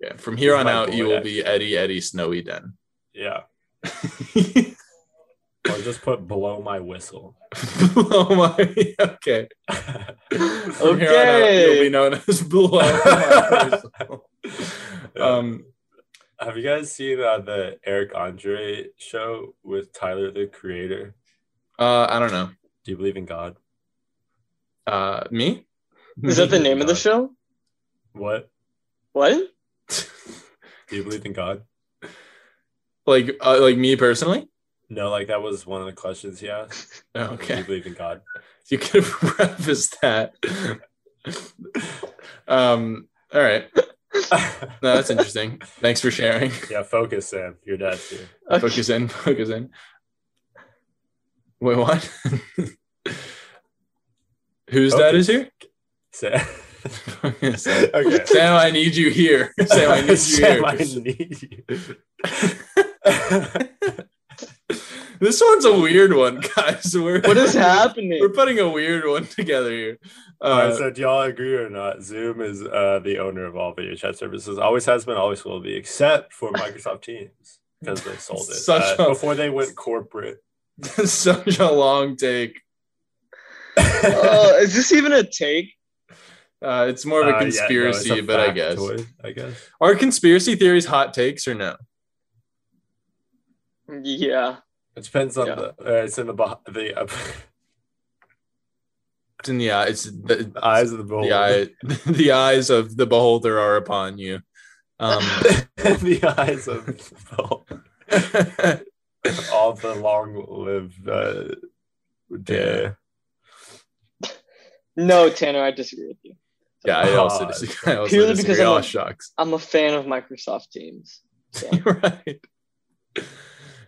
C: Yeah. From here
F: He's
C: on
F: my
C: out,
F: boy,
C: you will be Eddie, Eddie, Snowy Den.
F: Yeah. Or just put blow my whistle.
C: Blow Oh my. Okay. From here on out, you'll
E: Okay.
C: be known as Blow My Whistle. Um.
F: Have you guys seen uh, the Eric Andre show with Tyler the Creator?
C: Uh. I don't know.
F: Do you believe in God?
C: Uh. Me.
E: Is that the name of the
F: God.
E: show?
F: What?
E: What?
F: Do you believe in God?
C: like? Uh, like me personally?
F: No, like that was one of the questions he asked. Do
C: Okay.
F: you believe in God?
C: you could have prefaced that. um, all right. No, that's interesting. Thanks for sharing.
F: yeah, focus, Sam. Your dad's here.
E: Okay.
C: Focus in, focus in. Wait, what? Whose dad is here?
F: Sam.
C: Focus in.
F: okay.
C: Sam, I need you here. Sam, I need you
F: Sam, I
C: here.
F: need you.
C: This one's a weird one, guys. We're,
E: What is
C: We're
E: happening?
C: putting a weird one together here.
F: All right,
C: Uh,
F: so do y'all agree or not? Zoom is uh, the owner of all video chat services. Always has been, always will be, except for Microsoft Teams because they sold it
C: Such
F: uh,
C: a-
F: before they went corporate.
C: such a long take.
E: Uh, is this even a take?
C: Uh, it's more of a
F: Uh, yeah, no, it's a
C: conspiracy, but I guess.
F: factoid, I guess.
C: Are conspiracy theories hot takes or no?
E: Yeah.
F: It depends on
E: Yeah.
F: the. Uh, it's in the beh the uh,
C: It's in the eye. It's the,
F: eyes of the
E: Oh.
F: beholder.
C: the eye. The eyes of the beholder are upon you. Um,
F: the eyes of the beholder. all the long-lived. Uh,
C: Yeah.
E: No, Tanner, I disagree with you.
C: yeah, I also
F: God.
C: disagree. I also
E: Purely
C: disagree.
E: because I'm
C: All
E: a-
C: shucks.
E: I'm a fan of Microsoft Teams. So.
C: right.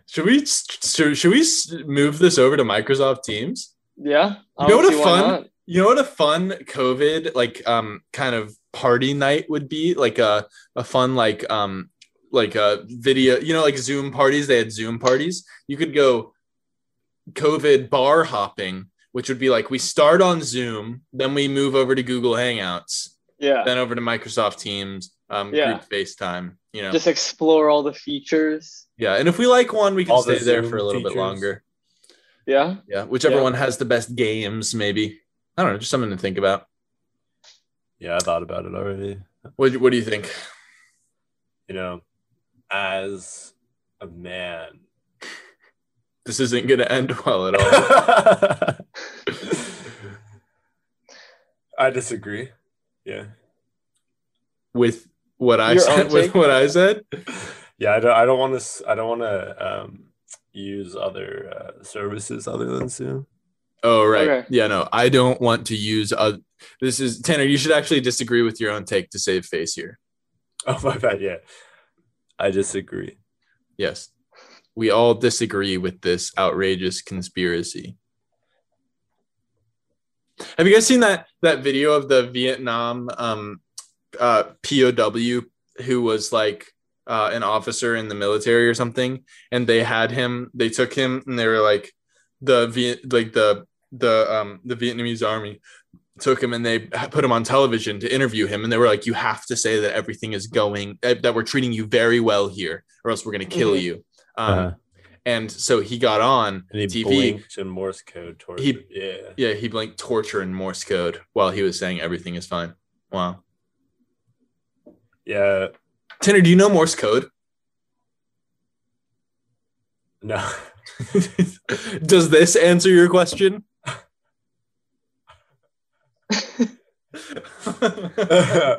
C: Should we should, should we s- move this over to Microsoft Teams?
E: Yeah. I
C: You know
E: don't
C: what a
E: see why
C: fun-
E: not.
C: You know what a fun COVID like um kind of party night would be like a a fun like um like a video you know like Zoom parties they had Zoom parties you could go COVID bar hopping which would be like we start on Zoom then we move over to Google Hangouts
E: Yeah.
C: then over to Microsoft Teams um
E: Yeah.
C: group FaceTime you know
E: Just explore all the features.
C: yeah and if we like one we can
F: All the
C: stay there
F: Zoom
C: for a little bit
F: features.
C: longer
E: Yeah.
C: yeah whichever
E: Yeah.
C: one has the best games maybe I don't know just something to think about
F: yeah, I thought about it already.
C: what what do you think
F: you know, as a man.
C: this isn't going to end well at all.
F: I disagree. Yeah.
C: with what I
E: Your
C: said.
E: own
C: With
E: take?
C: what I said.
F: Yeah, I don't I don't want to I don't want to um use other uh, services other than Zoom.
C: Oh right.
E: Okay.
C: Yeah. No, I don't want to use. Uh, this is Tanner. You should actually disagree with your own take to save face here.
F: Oh my bad. Yeah, I disagree.
C: Yes. We all disagree with this outrageous conspiracy. Have you guys seen that that video of the Vietnam um, uh, POW who was like uh, an officer in the military or something, and they had him, they took him, and they were like the Viet, like the the um, the Vietnamese army took him and they put him on television to interview him and they were like you have to say that everything is going that we're treating you very well here or else we're going to kill
E: Mhm.
C: you um,
F: Uh-huh.
C: and so he got on
F: And he
C: TV.
F: blinked in Morse code towards.
C: He-
F: yeah.
C: yeah he blinked torture in morse code while he was saying everything is fine wow
F: Yeah.
C: tanner do you know morse code
F: No.
C: does this answer your question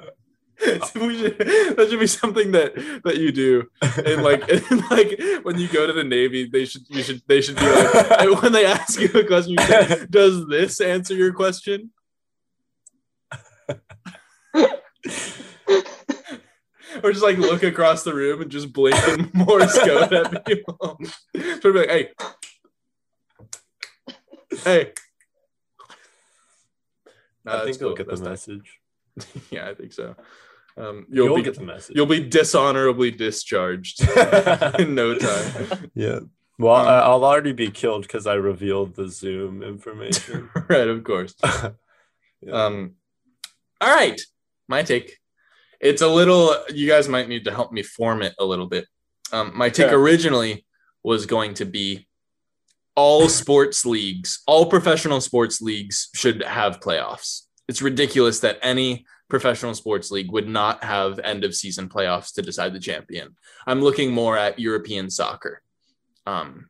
C: We should- that should be something that that you do and like and like when you go to the navy they should you should they should be like and when they ask you a question you say does this answer your question or just like look across the room and just blink in morse code at people sort of be like hey hey No,
F: I
C: that's
F: think
C: cool.
F: you'll get the
C: That's
F: message.
C: nice. yeah i think so um
F: You'll,
C: you'll, be
F: get the message.
C: You'll be dishonorably discharged in no time.
F: yeah. Well,
C: Um,
F: I, I'll already be killed because I revealed the Zoom information.
C: right, of course. Um, all right, my take. It's a little. You guys might need to help me form it a little bit. Um, my take
E: Okay.
C: originally was going to be all sports leagues, all professional sports leagues should have playoffs. It's ridiculous that any professional sports league would not have end of season playoffs to decide the champion. I'm looking more at European soccer. Um,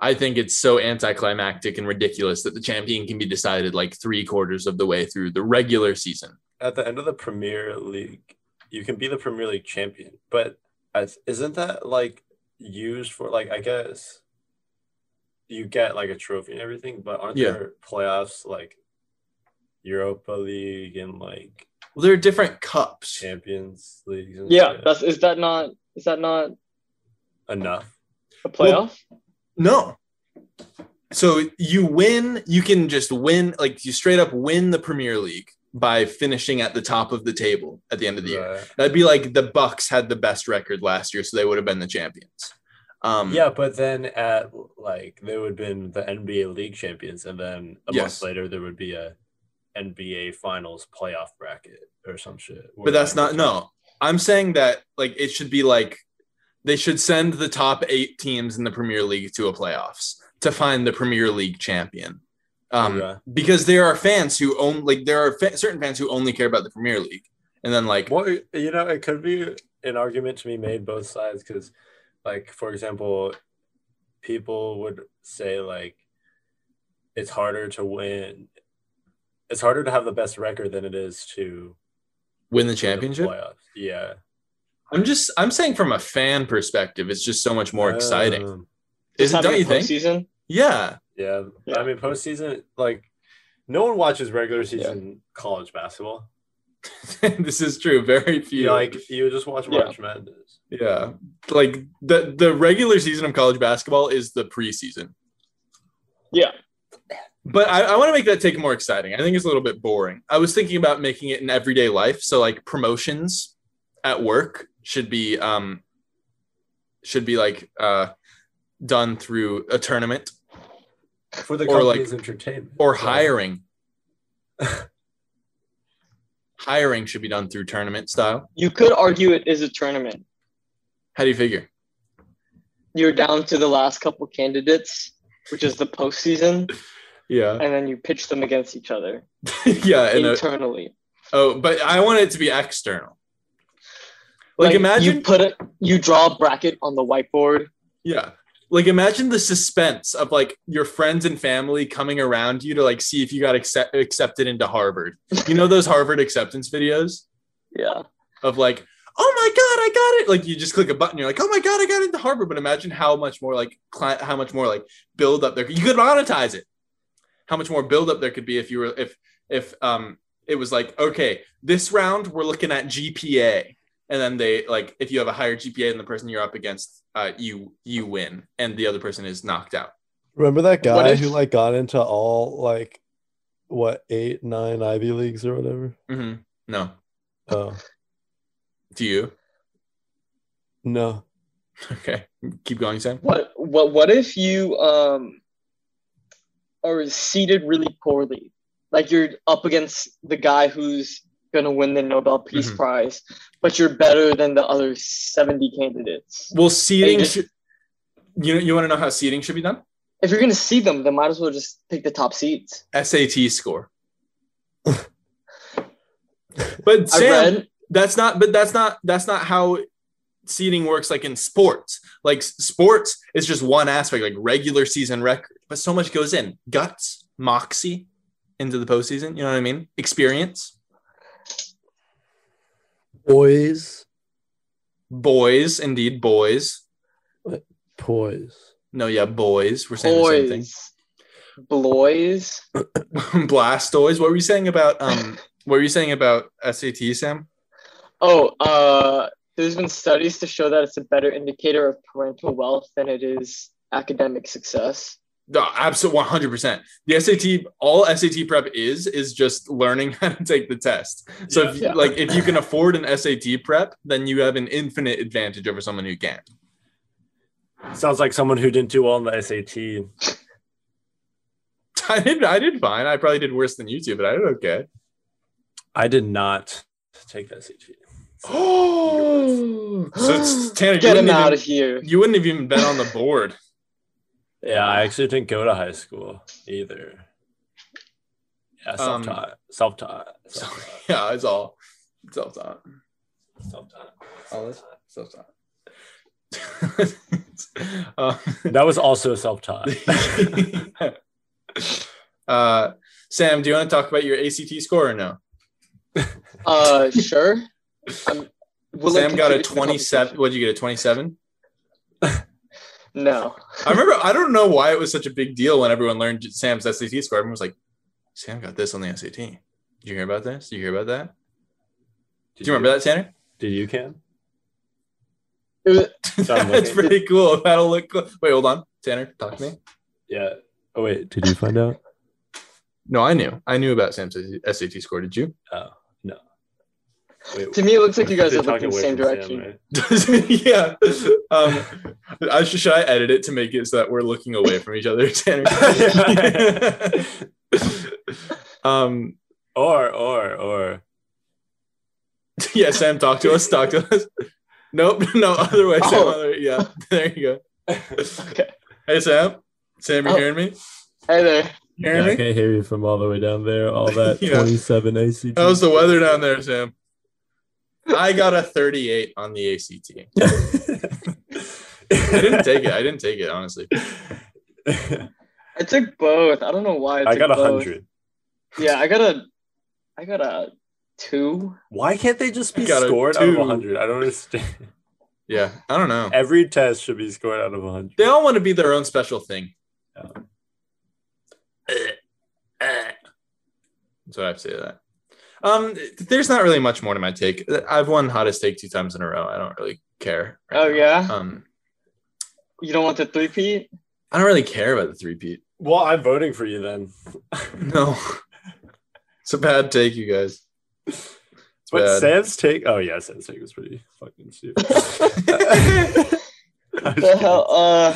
C: I think it's so anticlimactic and ridiculous that the champion can be decided like three quarters of the way through the regular season.
F: At the end of the Premier League, you can be the Premier League champion, but as, isn't that like used for like I guess you get like a trophy and everything, but aren't
C: Yeah.
F: there playoffs like Europa League and like
C: Well, there are different cups.
F: Champions Leagues? and
E: Yeah,
F: shit?
E: that's is that not is that not
F: enough.
E: a playoff?
C: No. So you win, you can just win, like you straight up win the Premier League by finishing at the top of the table at the end of the year.
F: Right.
C: That'd be like the Bucks had the best record last year, so they would have been the champions. Um,
F: Yeah, but then at like they would have been the NBA league champions, and then a
C: Yes.
F: month later there would be a NBA finals playoff bracket or some shit.
C: but that's not no i'm saying that like it should be like they should send the top eight teams in the premier league to a playoffs to find the premier league champion um,
F: Okay.
C: because there are fans who own like there are fa- certain fans who only care about the premier league and then like
F: Well, you know, it could be an argument to be made both sides because, like, for example, people would say like it's harder to win. It's harder to have the best record than it is to
C: win the
F: win the
C: championship
F: playoffs. Yeah,
C: i'm just i'm saying from a fan perspective it's just so much more exciting
F: Um,
C: is it
E: Uh, Having
C: don't
E: a
C: you think
E: postseason?
C: yeah
F: Yeah,
E: Yeah.
F: I mean postseason like no one watches regular season college basketball.
C: this is true very few
F: You like you just watch
E: Yeah.
F: March Madness.
C: yeah like the the regular season of college basketball is the preseason
E: Yeah.
C: But I, I want to make that take more exciting. I think it's a little bit boring. I was thinking about making it in everyday life. So like promotions at work should be um should be like uh done through a tournament
F: For the
C: Or, like-
F: company's entertainment.
C: or
F: So,
C: hiring. hiring should be done through tournament style.
E: You could argue it is a tournament.
C: How do you figure?
E: You're down to the last couple candidates, which is the postseason,
C: Yeah.
E: and then you pitch them against each other
C: yeah. And uh, a,
E: internally.
C: oh, but I want it to be external. Like, imagine
E: you put it you draw a bracket on the whiteboard.
C: Yeah. Like imagine the suspense of like your friends and family coming around you to like see if you got accept- accepted into Harvard. You know those Harvard acceptance videos
E: Yeah.
C: of like, "Oh my god, I got it." Like you just click a button, you're like, "Oh my god, I got into Harvard." But imagine how much more like cli how much more like build up there. You could monetize it. How much more build up there could be if you were if if um it was like, "Okay, this round we're looking at GPA." and then they like if you have a higher GPA than the person you're up against, uh, you you win, and the other person is knocked out.
H: Remember that
E: What
H: guy
E: if-
H: who like got into all like what eight, nine Ivy leagues or whatever?
C: hmm No,
H: Oh
C: do you?
H: no.
C: Okay, keep going, Sam.
E: What what what if you um are seated really poorly? Like you're up against the guy who's gonna win the Nobel Peace
C: Mhm.
E: Prize, but you're better than the other 70 candidates.
C: Well, seating.
E: Hey,
C: should you you want to know how seating should be done?
E: If you're gonna see them, then might as well just pick the top seats.
C: SAT score. but
E: I
C: Sam,
E: read
C: that's not. But that's not. That's not how seating works. Like in sports, like s- sports is just one aspect, like regular season record. But so much goes in guts, moxie, into the postseason. You know what I mean? Experience,
H: Boys,
C: boys, indeed, boys.
H: poise.
C: No, yeah, boys. We're saying the same
E: boys, boys.
C: thing. Blastoise. What were you saying about? Um, what were you saying about SAT, Sam?
E: Oh, uh, there's been studies to show that it's a better indicator of parental wealth than it is academic success.
C: No, absolute one hundred percent. The SAT, all SAT prep is is just learning how to take the test. So if,
E: Yeah.
C: like if you can afford an SAT prep, then you have an infinite advantage over someone who can't.
F: Sounds like someone who didn't do well in the SAT.
C: I did I did fine. I probably did worse than you two, but I did okay.
F: I did not take the SAT.
C: Oh, so it's- Tanner, you
E: Get
C: wouldn't,
E: him out
C: even,
E: of here.
C: you wouldn't have even been on the board.
F: Yeah, I actually didn't go to high school either. Yeah,
C: Um,
F: self-taught, self-taught,
C: So
F: self-taught,
C: yeah, it's all it's all taught.
F: self-taught.
C: All this self taught. um,
F: That was also self-taught.
C: uh, Sam, do you want to talk about your ACT score or no?
E: Uh, sure. I'm, will it
C: Sam got a
E: contribute to the
C: 27. What did you get? A 27?
E: conversation? No.
C: I remember, I don't know why it was such a big deal when everyone learned Sam's SAT score. Everyone was like, Sam got this on the SAT. Did you hear about this? Did you hear about that? Do you remember that, Tanner?
F: Did you, Cam?
E: It was-
F: Sound like
C: That's
F: it.
C: pretty cool. That'll look cool. Wait, hold on. Tanner, talk to me.
F: Yeah. Oh wait, did you find out?
C: No, I knew. I knew about Sam's SAT score. Did you?
F: Wait,
E: to me, it looks like you guys
F: they're
E: are looking
F: talking
E: the
F: away
E: same
F: from Sam,
E: direction.
F: right?
C: yeah. Um, I should, should I edit it to make it so that we're looking away from each other, Tanner? um,
F: Or or or
C: yeah, Sam, talk to us. Talk to us. Nope, no other way. Sam,
E: Oh.
C: other, yeah, there you go.
E: Okay.
C: Hey, Sam. Sam, you
E: Oh.
C: hearing me?
E: Hey there.
C: You hearing me?
F: can't hear you from all the way down there. All
C: that Yeah.
F: 27 AC.
C: How's the weather down there, Sam? I got a 38 on the ACT. I didn't take it. I didn't take it, honestly.
E: I took both. I don't know why. I,
F: I
E: took
F: got a
E: both.
F: hundred.
E: Yeah, I got a, I got a two.
F: Why can't they just be
C: Got a
F: scored out of
C: two.
F: 100? I don't understand.
C: Yeah, I don't know.
F: Every test should be scored out of 100.
C: They all want to be their own special thing. That's what I have to say to that. Um, th- there's not really much more to my take. I've won hottest take two times in a row. I don't really care. right
E: Oh
C: now.
E: yeah.
C: Um,
E: You don't want the three P?
C: I don't really care about the three peat.
F: Well, I'm voting for you then.
C: No, it's a bad take, you guys. It's
F: But
C: bad.
F: Sam's take. Oh, yeah, Sam's take was pretty fucking stupid. I was
E: The hell? Uh,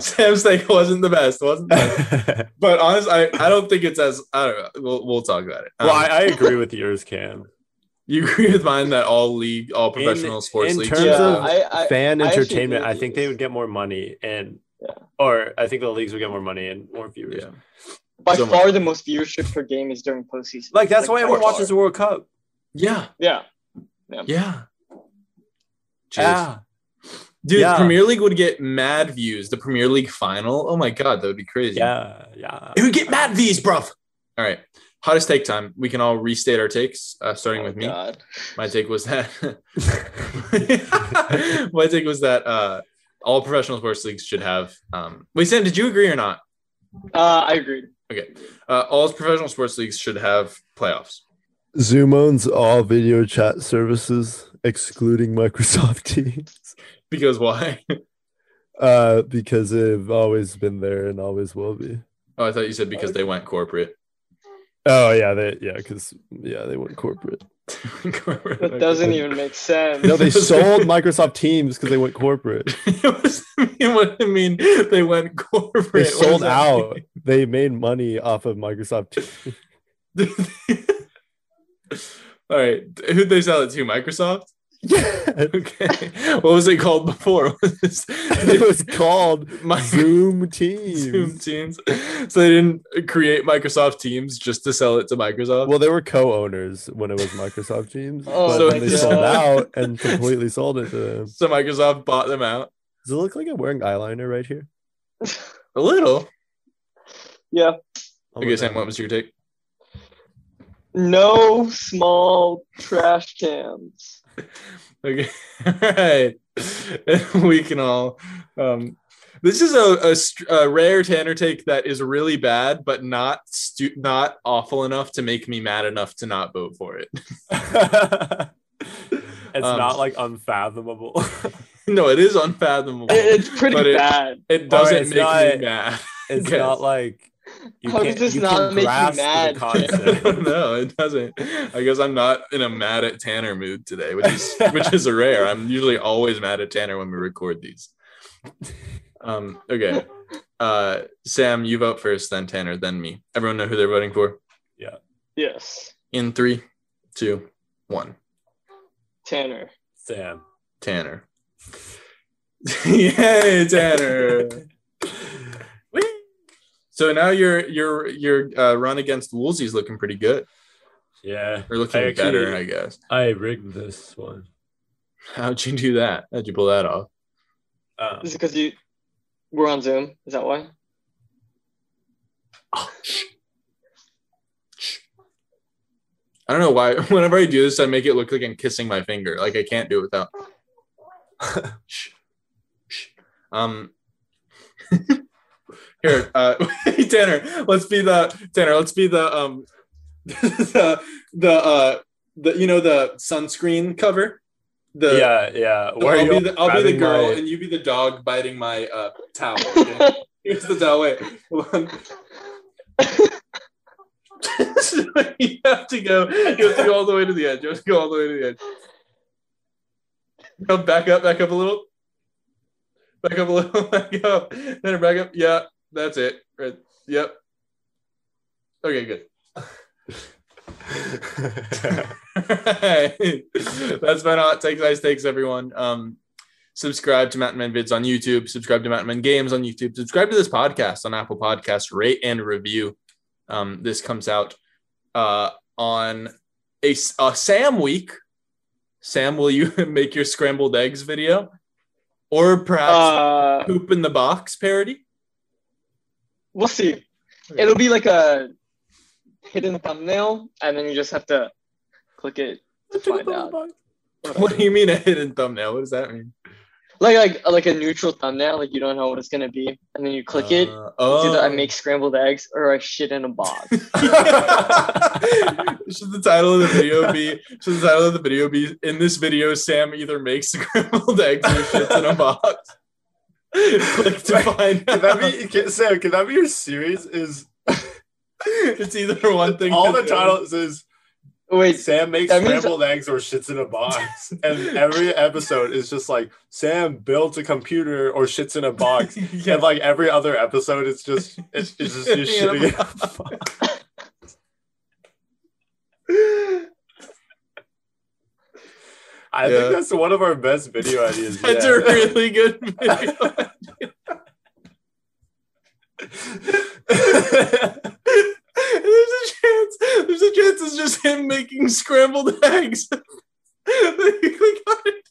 C: Sam's take wasn't the best. Wasn't. The best.
F: kidding.
C: But honestly, I, I don't think it's as I don't know. We'll, we'll talk about it. Um,
F: well, I, I agree with yours, Cam.
C: you agree with mine that all league, all professional sports
F: in
C: leagues,
F: terms
E: yeah,
F: of
E: I, I,
F: Fan
E: actually agree
F: entertainment,
E: with
F: I think
E: you.
F: they would get more money and.
E: Yeah.
F: Or I think the leagues would get more money and more viewers.
C: yeah.
E: by
C: so much.
E: far the most viewership per game is during postseason.
F: Like that's why
E: by
F: everyone
E: far.
F: watches the World Cup.
C: Yeah,
E: Yeah.
C: yeah. Cheers.
F: Yeah.
C: Dude,
F: Ah, Yeah.
C: Premier League would get mad views. The Premier League final. Oh my god, that would be crazy.
F: Yeah. Yeah.
C: It would get mad views, bruv. All right. Hottest take time. We can all restate our takes, uh,
H: Oh
C: starting with me.
E: Oh, God.
C: My take was that my take was that uh, all professional sports leagues should have um wait, Sam, did you agree or not?
E: Uh, I agree.
C: Okay. Uh, all professional sports leagues should have playoffs.
H: Zoom owns all video chat services, excluding Microsoft Teams,
C: Because why?
H: uh, because they've always been there and always will be.
C: Oh, I thought you said because they went corporate.
H: Oh yeah, they yeah, because yeah, they went corporate.
C: corporate.
E: That doesn't even make sense.
H: No, they sold Microsoft Teams because they went corporate.
C: what does that mean? What do you mean? They went corporate.
H: They
C: What does
H: sold
C: that
H: out. They made money off of Microsoft Teams.
C: mean? All right. Who'd they sell it to? Microsoft?
H: Yeah,
C: Okay. What was it called before?
H: it was called
C: My-
H: Zoom Teams.
C: Zoom Teams. So they didn't create Microsoft Teams just to sell it to Microsoft.
H: Well, they were co-owners when it was Microsoft Teams,
E: Oh
H: but
C: So
H: then they
C: it's-
H: sold out and completely sold it to them.
C: so Microsoft bought them out
H: Does it look like I'm wearing eyeliner right here?
C: a little.
E: yeah.
H: Oh
C: Okay, Sam, what was your take?
E: No small trash cans.
C: Okay. All right. we can all. Um, this is a, a, str- a rare Tanner take that is really bad, but not stu- not awful enough to make me mad enough to not vote for it.
F: it's
C: Um,
F: not like unfathomable.
C: no, it is unfathomable.
E: It- it's pretty
C: But it-
E: bad.
C: It doesn't
F: it's
C: make
F: not-
C: me mad.
F: it's
C: Okay.
F: not like you
E: How does
F: can't,
E: this
F: you
E: not
F: can
E: make you
F: grasp the
E: mad, Jay?
F: concept.
C: "Oh, no, it doesn't. I guess I'm not in a mad at Tanner mood today, which is which is rare. I'm usually always mad at Tanner when we record these. Um. Okay. Uh, Sam, you vote first, then Tanner, then me. Everyone know who they're voting for.
E: Yes,
C: In three, two, one.
E: Tanner.
F: Sam.
C: Tanner. Yay, Tanner! so now your your your uh, run against Woolsey's looking pretty good.
F: Yeah.
C: Or looking
F: I actually-
C: better, I guess.
F: I rigged this one.
C: How'd you do that? How'd you pull that off?
F: Um,
E: Is it because you we're on Zoom? Is that why?
C: I don't know why. Whenever I do this, I make it look like I'm kissing my finger. Like I can't do it without. Shh. Shh. um. Here, uh, Tanner. Let's be the Tanner. Let's be the um, the the uh, the you know the sunscreen cover. The
F: yeah, yeah. Where
C: I'll
F: you
C: be the, I'll be the
F: grabbing
C: girl
F: my-
C: and you be the dog biting my uh, towel. okay? Here's the towel. Wait, hold on. So you have to go. You have to go all the way to the edge. You have to go all the way to the edge. Go back up, back up a little. Back up a little. Back up. Then back up. Yeah, that's it. Right. Yep. Okay, good. Alright. That's been hot takes, ice takes, everyone. Um, subscribe to Mountain Men Vids on YouTube. Subscribe to Mountain Men Games on YouTube. Subscribe to this podcast on Apple Podcasts. Rate and review. Um, this comes out uh, on a, s- a Sam week. Sam, will you make your scrambled eggs video, or perhaps
E: Uh,
C: poop in the box parody?
E: we'll see. It'll be like a hidden thumbnail, and then you just have to click it to find out.
C: What do you mean a hidden thumbnail? What does that mean?
E: Like like like a neutral thumbnail, like you don't know what it's gonna be, and then you click it.
C: Uh,
E: It's either I
C: oh.
E: make scrambled eggs or I shit in a box.
C: should the title of the video be should the title of the video be in this video sam either makes scrambled eggs or shits in a box click to find
F: Could
C: out.
F: that be can, Sam? Could that be your series? Is
C: it's either one thing
F: all
C: to
F: the
C: do.
F: title is
E: Wait,
F: Sam makes
E: That means-
F: scrambled eggs or shits in a box, and every episode is just like Sam builds a computer or shits in a box,
C: yeah
F: and like every other episode, it's just it's, it's just you
C: Shitting in a
F: shitting. in a box. I
C: Yeah.
F: think that's one of our best video ideas.
C: that's
F: yet.
C: a really good video there's a chance there's a chance it's just him making scrambled eggs Then you click on it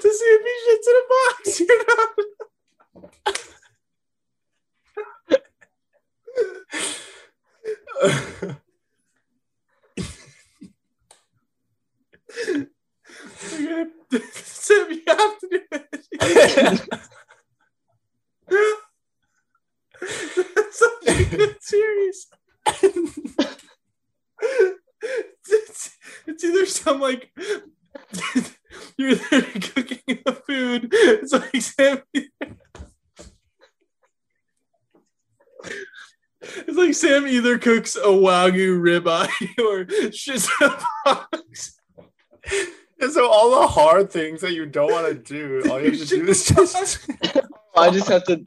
C: to see if he shits in a box or not Okay. Sam, you have to do it. That's such a good series. I'm like, you're there cooking the food. It's like Sam. It's like Sam either cooks a wagyu ribeye or shits a box.
F: And so all the hard things that you don't want to do, all you have to do is just
E: I just have to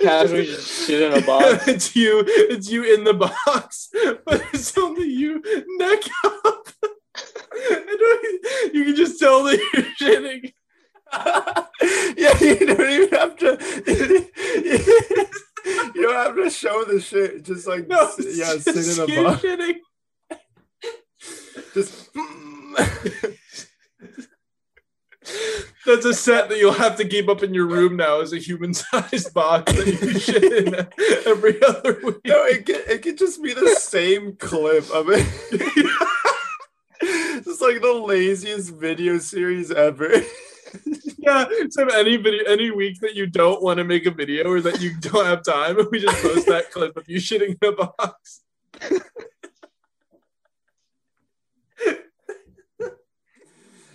E: casually just shit in a box.
C: it's you. It's you in the box, but it's only you neck up. And you can just tell that you're shitting.
F: yeah, you don't even have to. you don't have to show the shit. Just like
C: No,
F: s-
C: it's
F: yeah,
C: just
F: sit in a
C: you
F: box.
C: shitting.
F: Just
C: That's a set that you'll have to keep up in your room now as a human-sized box that you shit in every other week.
F: no, it could it could just be the same clip of it. just like the laziest video series ever.
C: Yeah, so any video, any week that you don't want to make a video or that you don't have time, we just post that clip of you shitting in a box.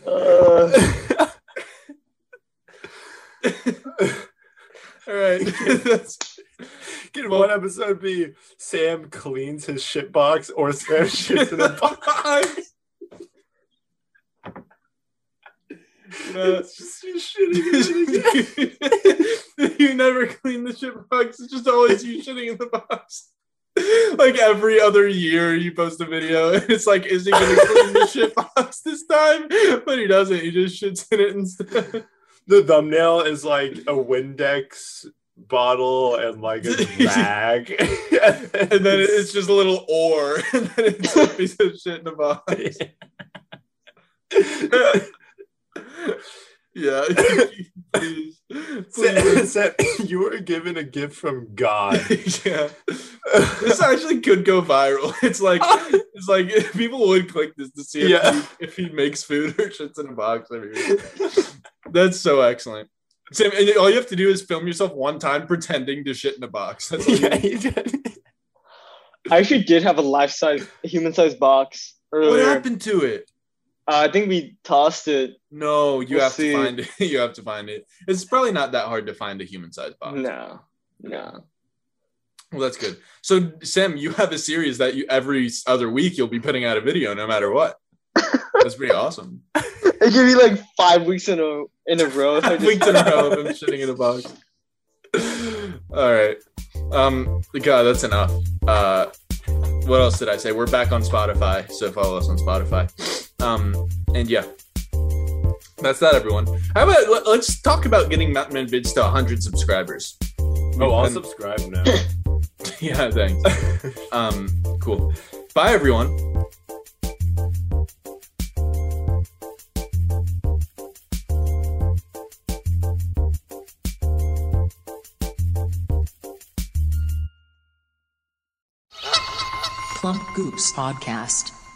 E: Uh,
C: All right, that's
F: Can one episode be Sam cleans his shit box or Sam shits in a box?
C: Yeah.
F: It's just you shitting in a box.
C: you never clean the shit box. It's just always you shitting in the box. Like every other year, you post a video. and It's like, is he gonna clean the shit box this time? But he doesn't. He just shits in it instead.
F: The thumbnail is like a Windex bottle and like a rag.
C: And then it's just a little ore, and then it's a piece of shit in a box. yeah. Please.
F: Sam,
C: Please.
F: Sam, you were given a gift from God.
C: yeah. This actually could go viral. It's like it's like people would click this to see if,
F: Yeah.
C: he, if he makes food or shits in a box every week. That's so excellent. Sam, and all you have to do is film yourself one time pretending to shit in a box. That's all you-
F: yeah, you did.
E: I actually did have a life-size, human-sized box
C: What
E: earlier.
C: happened to it?
E: Uh, I think we tossed it.
C: No, you
E: We'll
C: have
E: see.
C: to find it. You have to find it. It's probably not that hard to find a human-sized box.
E: No, no.
C: Well, that's good. So, Sam, you have a series that you every other week you'll be putting out a video, no matter what. That's pretty awesome.
E: It could be like five weeks in a in a row. if I just-
C: Week in a row of him shitting in a box. All right. Um, God, that's enough. Uh, what else did I say? We're back on Spotify, so follow us on Spotify. Um, and yeah, that's that, everyone. How about let- let's talk about getting Mountain Men Vids to 100 subscribers?
F: Oh, I'll
C: And-
F: subscribe now.
C: yeah, thanks. um, cool. Bye, everyone.
A: Plump Goops Podcast.